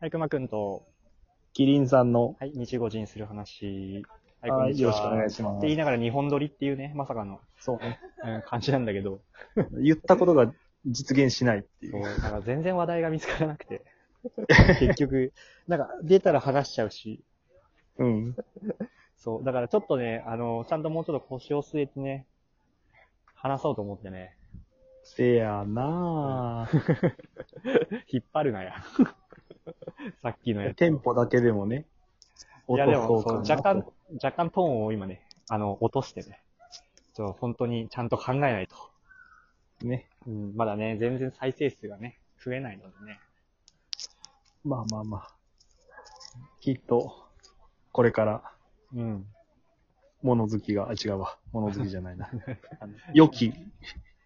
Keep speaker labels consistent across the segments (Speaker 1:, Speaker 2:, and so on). Speaker 1: はい、くまくんと、
Speaker 2: キリンさんの、
Speaker 1: はい、日語人する話。はい、こん
Speaker 2: は
Speaker 1: に
Speaker 2: い、
Speaker 1: ち
Speaker 2: よ
Speaker 1: は。
Speaker 2: ろしくお願い
Speaker 1: し
Speaker 2: しま
Speaker 1: っ
Speaker 2: す
Speaker 1: て言い。ながら日本撮りっていうね、まさか の、
Speaker 2: そうね。
Speaker 1: うん感じなんだけど、
Speaker 2: 言ったことが実現しないってい。
Speaker 1: そうう、だから全然話題が見つからなく て。結局、なんか出たら話しちゃうし、
Speaker 2: うん。
Speaker 1: そう、だからちょっとね、あの、ちゃんともうちょっと腰を据えてね、話そうと思ってね、
Speaker 2: せやな ぁ。
Speaker 1: 引っ張るなや。 さっきのやつ。
Speaker 2: テンポだけでもね、
Speaker 1: いやでも、そう
Speaker 2: なと
Speaker 1: 若干、若干トーンを今ね、あの、落としてね、ちょっと本当にちゃんと考えないと。
Speaker 2: ね。
Speaker 1: うん、まだね、全然再生数がね、増えないのでね。
Speaker 2: まあまあまあ。きっと、これから、
Speaker 1: うん。
Speaker 2: 物好きが、あ違うわ。物好きじゃない な。あの良き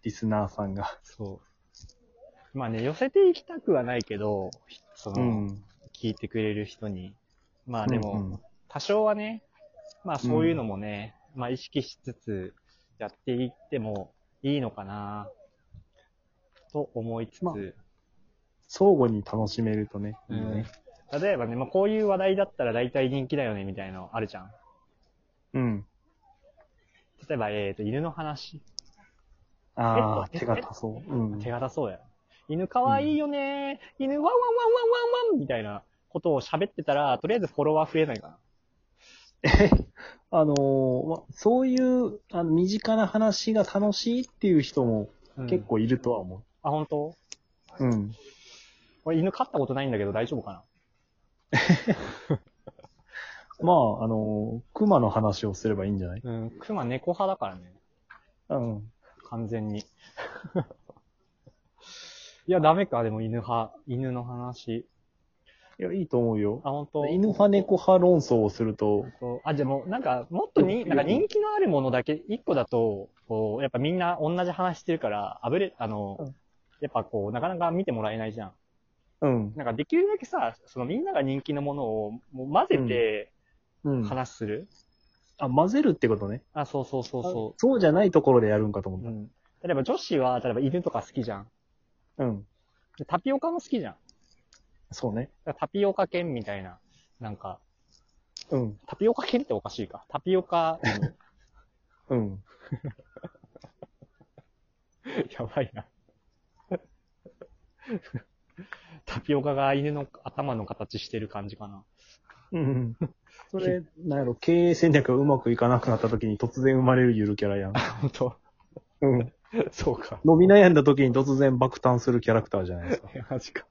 Speaker 2: リスナーさんが。
Speaker 1: そう。まあね、寄せていきたくはないけど、ひその、
Speaker 2: うん。
Speaker 1: 聞いてくれる人に。まあでも、
Speaker 2: うんうん
Speaker 1: 多少はね、まあそういうのもね、まあ意識しつつ、やっていってもいいのかな、と思いつつ、
Speaker 2: まあ相互に楽しめるとね。
Speaker 1: うん
Speaker 2: いいね
Speaker 1: 例えばね、まあこういう話題だったら大体人気だよね、みたいなのあるじゃん。
Speaker 2: うん。
Speaker 1: 例えば、えっ、と、犬の話。
Speaker 2: ああ、
Speaker 1: ペット
Speaker 2: 手が足そう。うん。
Speaker 1: 手堅そうや。犬かわいいよねー、犬ワンワンワンワンワンワンみたいなことを喋ってたら、とりあえずフォロワー増えないかな。
Speaker 2: あのーま、そういうあの身近な話が楽しいっていう人も
Speaker 1: うん
Speaker 2: 結。構いるとは思
Speaker 1: あ、本当？
Speaker 2: う。うん。
Speaker 1: 俺犬飼ったことないんだけど大丈夫か
Speaker 2: まあ、あのー熊の話をすればいいんじゃない
Speaker 1: なうん。熊猫派だからね。
Speaker 2: うん。
Speaker 1: 完全に。い や、ダメか、でも犬派。犬の話。
Speaker 2: いや、いいと思うよ。
Speaker 1: あ、本当。
Speaker 2: 犬派猫派論争をすると、
Speaker 1: そうあ、でも、なんか、もっとに、なんか人気のあるものだけ、一個だと、こう、やっぱみんな同じ話してるから、あぶれ、あの、
Speaker 2: うん
Speaker 1: やっぱこう、なかなか見てもらえないじゃん。
Speaker 2: うん。
Speaker 1: なんかできるだけさ、そのみんなが人気のものをもう混ぜて
Speaker 2: うん。
Speaker 1: 話する。
Speaker 2: あ、混ぜるってことね。
Speaker 1: あ、そうそうそうそ
Speaker 2: そうじゃないところでやるんかと思
Speaker 1: う。
Speaker 2: っ
Speaker 1: うん。例えば女子は、例えば犬とか好きじゃん。
Speaker 2: た。うん。
Speaker 1: でタピオカも好きじゃん。だか
Speaker 2: そうね。
Speaker 1: らタピオカ犬みたいな。なんか、
Speaker 2: うん。
Speaker 1: タピオカ犬っておかしいか。タピオカ、
Speaker 2: うん。
Speaker 1: やばいな。 タピオカが犬の頭の形してる感じかな。
Speaker 2: うん。それ、なんやろ、経営戦略がうまくいかなくなった時に突然生まれるゆるキャラやん。
Speaker 1: 本当
Speaker 2: うん。
Speaker 1: そうか。
Speaker 2: 伸び悩んだ時に突然爆誕するキャラクターじゃないですか。
Speaker 1: いやマジか。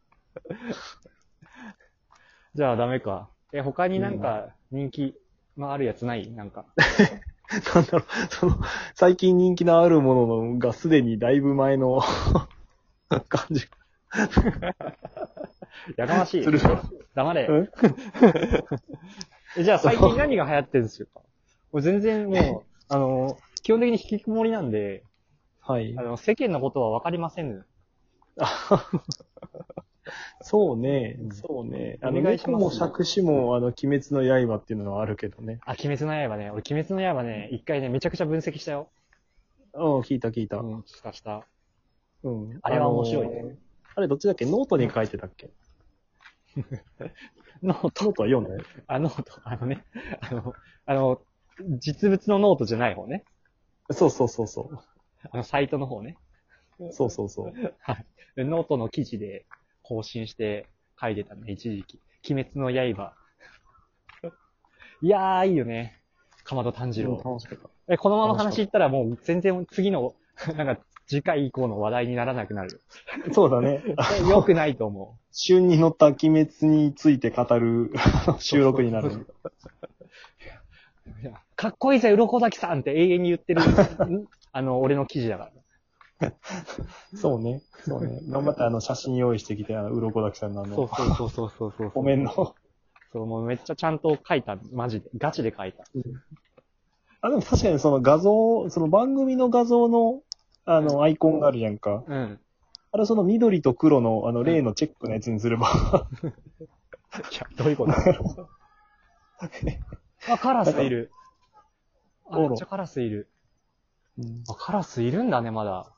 Speaker 1: じゃあダメか。え、他になんか人気のあるやつないなん か。
Speaker 2: なんだろう、その、最近人気のあるもののがすでにだいぶ 前の感じ
Speaker 1: やかましい
Speaker 2: する。
Speaker 1: 黙れ。
Speaker 2: うん
Speaker 1: えじゃあ最近何が流行ってるんですか俺全然もう、あの、基本的に引きこもりなんで、
Speaker 2: はい
Speaker 1: あ。の、世間のことはわかりません。
Speaker 2: そうね
Speaker 1: う、ん
Speaker 2: そうね。あ
Speaker 1: お
Speaker 2: の、
Speaker 1: 願いします
Speaker 2: 猫も尺子も、あの、鬼滅の刃っていうのはあるけどね。
Speaker 1: あ、鬼滅の刃ね。俺鬼滅の刃ね、一回ね、めちゃくちゃ分析したよ。
Speaker 2: うん、聞いた聞いた。
Speaker 1: うん、したした。
Speaker 2: うん。
Speaker 1: あれは面白いね
Speaker 2: あの。あれどっちだっけノートに書いてたっ け
Speaker 1: ノート
Speaker 2: ノートは読んだよ。
Speaker 1: あ、ノート、あのね、あの、あの、実物のノートじゃない方ね。
Speaker 2: そうそうそうそ
Speaker 1: あの、サイトの方ね。
Speaker 2: う。そうそうそう。
Speaker 1: はい。でノートの記事で更新して書いてたね、一時期。鬼滅の刃。 いやー、いいよね。かまど炭治
Speaker 2: うん
Speaker 1: 郎。
Speaker 2: 楽しかった。
Speaker 1: え、このまま話いったらもう全然次の、 なんか次回以降の話題にならなくな る。
Speaker 2: そうだね。
Speaker 1: え良くないと思う。
Speaker 2: 旬に乗った鬼滅について語る 収録にな
Speaker 1: そうそう
Speaker 2: る。
Speaker 1: いやかっこいいぜ、鱗滝さんって永遠に言 ってる、んあの、俺の記事だから。
Speaker 2: そうね。そう ね。頑張ってあの写真用意してきて、あの、鱗滝さんのあ
Speaker 1: そう
Speaker 2: の、
Speaker 1: そうそうそうそうそう。
Speaker 2: お面の。
Speaker 1: そう、もうめっちゃちゃんと書いた。マジで。ガチで書いた。
Speaker 2: あ、でも確かにその画像、その番組の画像の、あの、アイコンがあるじゃんか。
Speaker 1: うん。
Speaker 2: あれその緑と黒の、あの、例のチェックのやつにすれば、
Speaker 1: いや、どう いうことあ、カラスいる。あ、
Speaker 2: あら
Speaker 1: めっちゃカラスいる。あ、カラスいるんだね、まだ。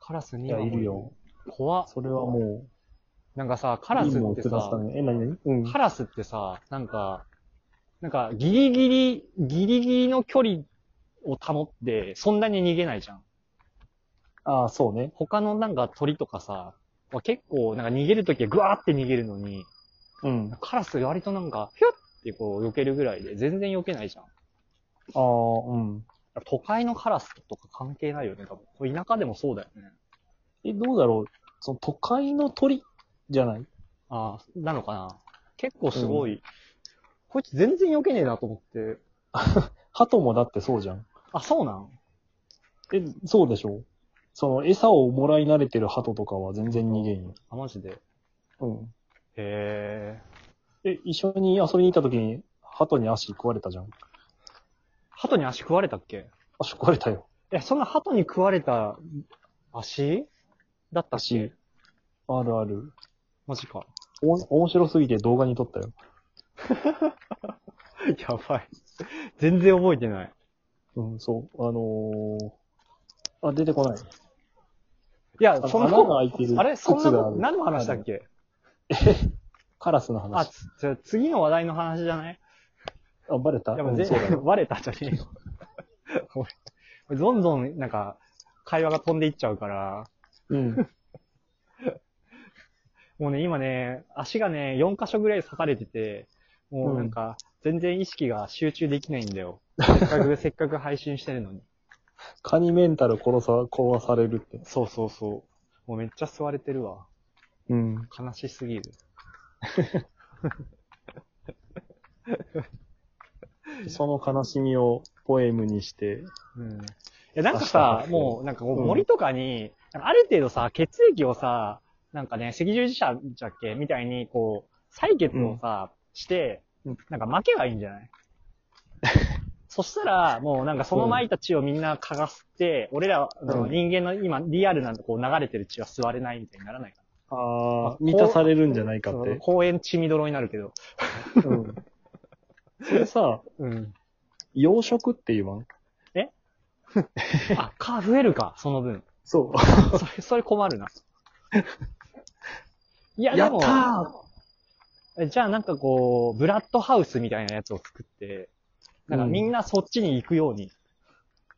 Speaker 1: カラス
Speaker 2: い
Speaker 1: に
Speaker 2: や、
Speaker 1: はい
Speaker 2: るよ。
Speaker 1: 怖っ。
Speaker 2: それはもう、
Speaker 1: なんかさ、カラス
Speaker 2: いいもん
Speaker 1: って
Speaker 2: くださ
Speaker 1: さ、
Speaker 2: い。え、なになにうん。
Speaker 1: カラスってさ、なんか、なんか、ギリギリ、ギリギリの距離を保って、そんなに逃げないじゃん。
Speaker 2: ああ、そうね。
Speaker 1: 他のなんか鳥とかさ、は結構、なんか逃げるときはグワーって逃げるのに、
Speaker 2: うん。あ
Speaker 1: カラス割となんか、ひゅってこう避けるぐらいで、全然避けないじゃん。
Speaker 2: あ、うん。
Speaker 1: 都会のカラスとか関係ないよね、多分。これ田舎でもそうだよね。
Speaker 2: え、どうだろうその都会の鳥じゃない
Speaker 1: ああ、なのかな。結構すごい。こいつ全然避けねえなと思って。
Speaker 2: 鳩もだってそうじゃん。
Speaker 1: あ、そうなん
Speaker 2: え、そうでしょその餌をもらい慣れてる鳩とかは全然逃げんよ。
Speaker 1: あ、マジで。
Speaker 2: うん。
Speaker 1: へえ。
Speaker 2: え、一緒に遊びに行った時に鳩に足食われたじゃん。
Speaker 1: 鳩に足食われたっけ
Speaker 2: あ、食われたよ。
Speaker 1: え、そんな鳩に食われた足だったし
Speaker 2: 足。あるある。
Speaker 1: マジか。
Speaker 2: おん、面白すぎて動画に撮ったよ。
Speaker 1: やばい。全然覚えてない。
Speaker 2: うん、そう。あのー、あ、出てこない。
Speaker 1: いや
Speaker 2: あ、の
Speaker 1: そん
Speaker 2: 穴が
Speaker 1: な、
Speaker 2: 開いてる
Speaker 1: あれそんな
Speaker 2: 靴が
Speaker 1: の、
Speaker 2: る
Speaker 1: 何の話だっけ
Speaker 2: カラスの
Speaker 1: あ、
Speaker 2: 話。
Speaker 1: つじゃあ次の話題の話じゃない
Speaker 2: あ、バレた
Speaker 1: いや、も
Speaker 2: う
Speaker 1: うん全
Speaker 2: そうだよ。
Speaker 1: 然、 割れたじゃねえよ。俺 どんどん、なんか、会話が飛んでいっちゃうから、
Speaker 2: うん。
Speaker 1: もうね、今ね、足がね、4箇所ぐらい裂かれてて、もうなんか、全然意識が集中できないんだよ。せっかく、せっかく配信してるのに。
Speaker 2: カニメンタル殺さ、壊されるって。
Speaker 1: そうそうそう。もうめっちゃ吸われてるわ。
Speaker 2: うん。
Speaker 1: 悲しすぎる。
Speaker 2: その悲しみをポエムにして。
Speaker 1: うん。いや、なんかさ
Speaker 2: 明日、も
Speaker 1: もう、なんかこう
Speaker 2: うん
Speaker 1: 森とかに、なんかある程度さ、血液をさ、なんかね、赤十字社じゃっけみたいに、こう、採血をさ、して
Speaker 2: うん、
Speaker 1: なんか負けばいいんじゃない そしたら、もうなんかそのまいた血をみんな嗅がせて、俺ら、あの
Speaker 2: うん
Speaker 1: 人間の今、リアルなんてこう流れてる血は吸われないみたいにならないか
Speaker 2: あ
Speaker 1: あ
Speaker 2: あ、満たされるんじゃないか
Speaker 1: な。
Speaker 2: っ
Speaker 1: その
Speaker 2: て。
Speaker 1: 公園血みどろになるけど。
Speaker 2: うん。それさ、
Speaker 1: うん。
Speaker 2: 養殖って言わん
Speaker 1: あ、蚊増えるか、その分。
Speaker 2: そう。
Speaker 1: それ、それ困 るな。いや、
Speaker 2: や
Speaker 1: で
Speaker 2: った
Speaker 1: も、えじゃあなんかこう、ブラッドハウスみたいなやつを作って、なんかみんなそっちに行くように
Speaker 2: ー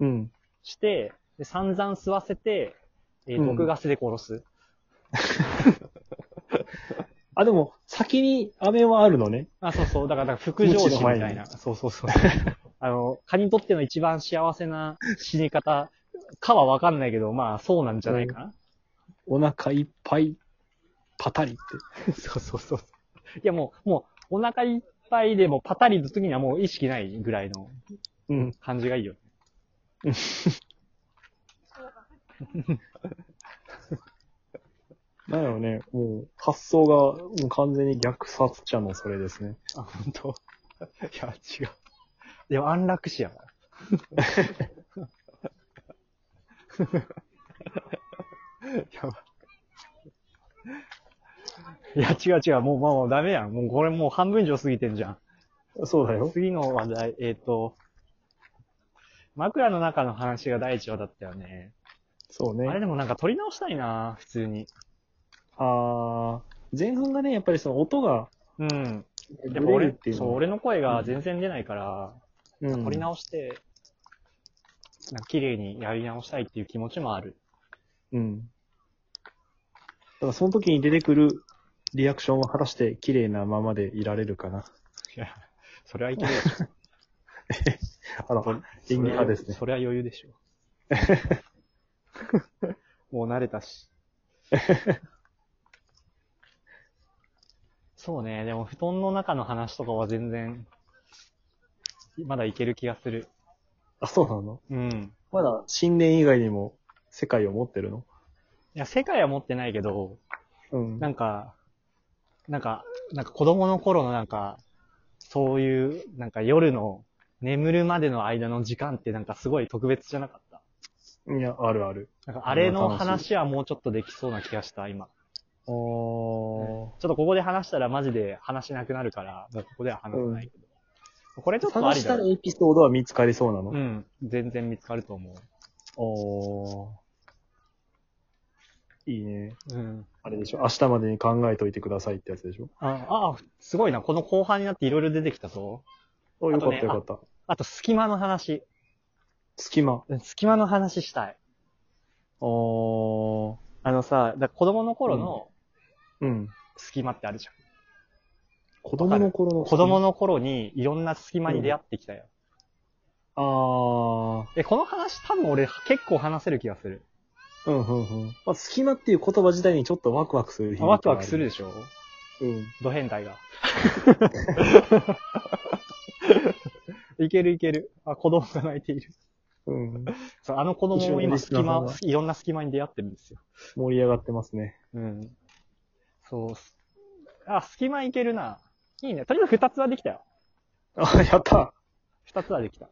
Speaker 2: うん。
Speaker 1: して、で散々吸わせて、えー
Speaker 2: うん
Speaker 1: 毒ガスで殺す。
Speaker 2: あ、でも、先に飴はあるのね。
Speaker 1: あ、そうそう。だから、だから副上 司みたいな。
Speaker 2: 無
Speaker 1: そうそうそう。あの、蚊にとっての一番幸せな死に方、かはわかんないけど、まあ、そうなんじゃないかな。
Speaker 2: お腹いっぱい、パタリって。
Speaker 1: そうそうそう。いや、もう、もう、お腹いっぱいでもうパタリの時にはもう意識ないぐらいの
Speaker 2: うん。
Speaker 1: 感じがいいよね。
Speaker 2: なんやろね、もう、発想が、もう完全に逆殺者のそれですね。
Speaker 1: あ、本当。 いや、違う。でも安楽死やから。 やばい。いや、違う違う。もう、まあ、もうダメやん。もう、これもう半分以上過ぎてんじゃん。
Speaker 2: そうだよ。
Speaker 1: 次の話題、えっ、と、枕の中の話が第一話だったよね。
Speaker 2: そうね。
Speaker 1: あれでもなんか撮り直したいな、普通に。
Speaker 2: あー前半がね、やっぱりその音が、
Speaker 1: うん。や
Speaker 2: ブ
Speaker 1: っぱ
Speaker 2: レる
Speaker 1: 俺
Speaker 2: ってい、う
Speaker 1: そう、
Speaker 2: のが
Speaker 1: 俺の声が全然出ないから、
Speaker 2: うん
Speaker 1: 撮り直して、なんか綺麗にやり直したいっていう気持ちもある。
Speaker 2: うん。だからその時に出てくるリアクションは果たして綺麗なままでいられるかな。
Speaker 1: いや、それはい けるでしょ。
Speaker 2: あら、演技派ですね。
Speaker 1: それは余裕 でしょ。もう慣れた し。そうね、でも布団の中の話とかは全然、まだいける気がする。
Speaker 2: あ、そうなの
Speaker 1: うん。
Speaker 2: まだ新年以外にも世界を持ってるの
Speaker 1: いや、世界は持ってないけど、
Speaker 2: うん。
Speaker 1: なんか、なんか、なんか子供の頃のなんか、そういう、なんか夜の眠るまでの間の時間ってなんかすごい特別じゃなかった。
Speaker 2: いや、あるある。
Speaker 1: なんかあれの
Speaker 2: うん楽し
Speaker 1: 話はもうちょっとできそうな気がした、今。
Speaker 2: お
Speaker 1: ちょ
Speaker 2: ー。
Speaker 1: っとここで話したらマジで話なくなるから、もうここでは話さないけど。これちょっとあ
Speaker 2: 探
Speaker 1: り
Speaker 2: し
Speaker 1: だ
Speaker 2: たら
Speaker 1: よ。
Speaker 2: エピソードは見つかりそうなの、
Speaker 1: うん。全然見つかると思う。
Speaker 2: おー。いいね。
Speaker 1: うん。
Speaker 2: あれでしょ。明日までに考えといてくださいってやつでしょ。
Speaker 1: あ、あ、すごいな。この後半になっていろいろ出てきたぞ。
Speaker 2: あ、よか
Speaker 1: あと
Speaker 2: った
Speaker 1: ね
Speaker 2: よかった。
Speaker 1: あと、隙間の話。
Speaker 2: 隙間。
Speaker 1: うん隙間の話したい。
Speaker 2: おー。
Speaker 1: あのさ、だ子供の頃の
Speaker 2: うん。
Speaker 1: 隙間ってあるじゃん。
Speaker 2: 子供の頃の。
Speaker 1: 子供。の頃にいろんな隙間に出会ってきたよ。
Speaker 2: あ
Speaker 1: え、この話多分俺結構話せる気がする。
Speaker 2: ー。うんうんうん。まあ、隙間っていう言葉自体にちょっとワクワクする。
Speaker 1: あワクワクする。でしょ
Speaker 2: うん。
Speaker 1: ド変態 が。いけるいける。あ、子供が泣いている。
Speaker 2: うん。
Speaker 1: そう、あの子供も今隙間、いろんな隙間に出会ってるんですよ。
Speaker 2: 盛り上がってますね。
Speaker 1: うん。そうす。あ、隙間いけるな。いいね。とりあえず二つはできたよ。
Speaker 2: あ、やった。
Speaker 1: 二つはできた。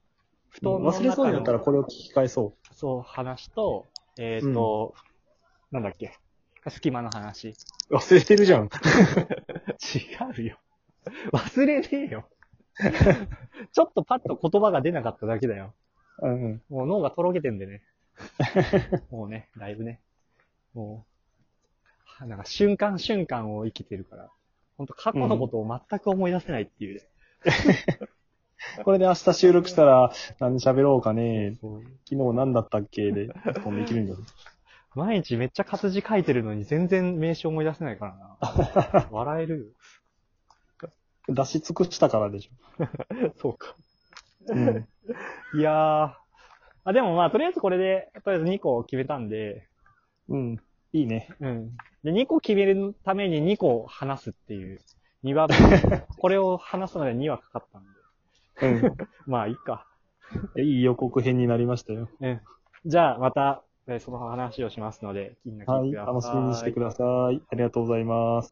Speaker 1: 布団の中
Speaker 2: 忘
Speaker 1: の
Speaker 2: れそうになったらこれを聞き返そう。
Speaker 1: そう、話と、えっ、と、なんだっけ。隙間の話。違
Speaker 2: 忘れてるじゃん。
Speaker 1: うよ。 忘れねえよ。 ちょっとパッと言葉が出なかっただけだよ。
Speaker 2: うん。
Speaker 1: もう脳がとろけてんで ね。もうね、だいぶね。もう、なんか瞬間瞬間を生きてるから、ほんと過去のことを全く思い出せないっていう。
Speaker 2: これで明日収録したら何喋ろうかね。
Speaker 1: そう
Speaker 2: 昨日何だったっけで、飛んでいけるんだろう。
Speaker 1: 毎日めっちゃ活字書いてるのに全然名詞思い出せない からな。笑えるよ。
Speaker 2: 出し尽くしたからでし
Speaker 1: そうか。
Speaker 2: ょ。うん。
Speaker 1: いやー。あ、でもまあ、とりあえずこれで、とりあえず2個決めたんで、
Speaker 2: うん。いいね。
Speaker 1: うん。で、2個決めるために2個話すっていう、2番目。 これを話すまで2はかかったんで。
Speaker 2: うん。
Speaker 1: まあ、いいか。
Speaker 2: いい予告編になりましたよ。
Speaker 1: うん。じゃあ、また、えーその話をしますので、気になって
Speaker 2: はい。
Speaker 1: ください。
Speaker 2: 楽しみにしてください。ありがとうございます。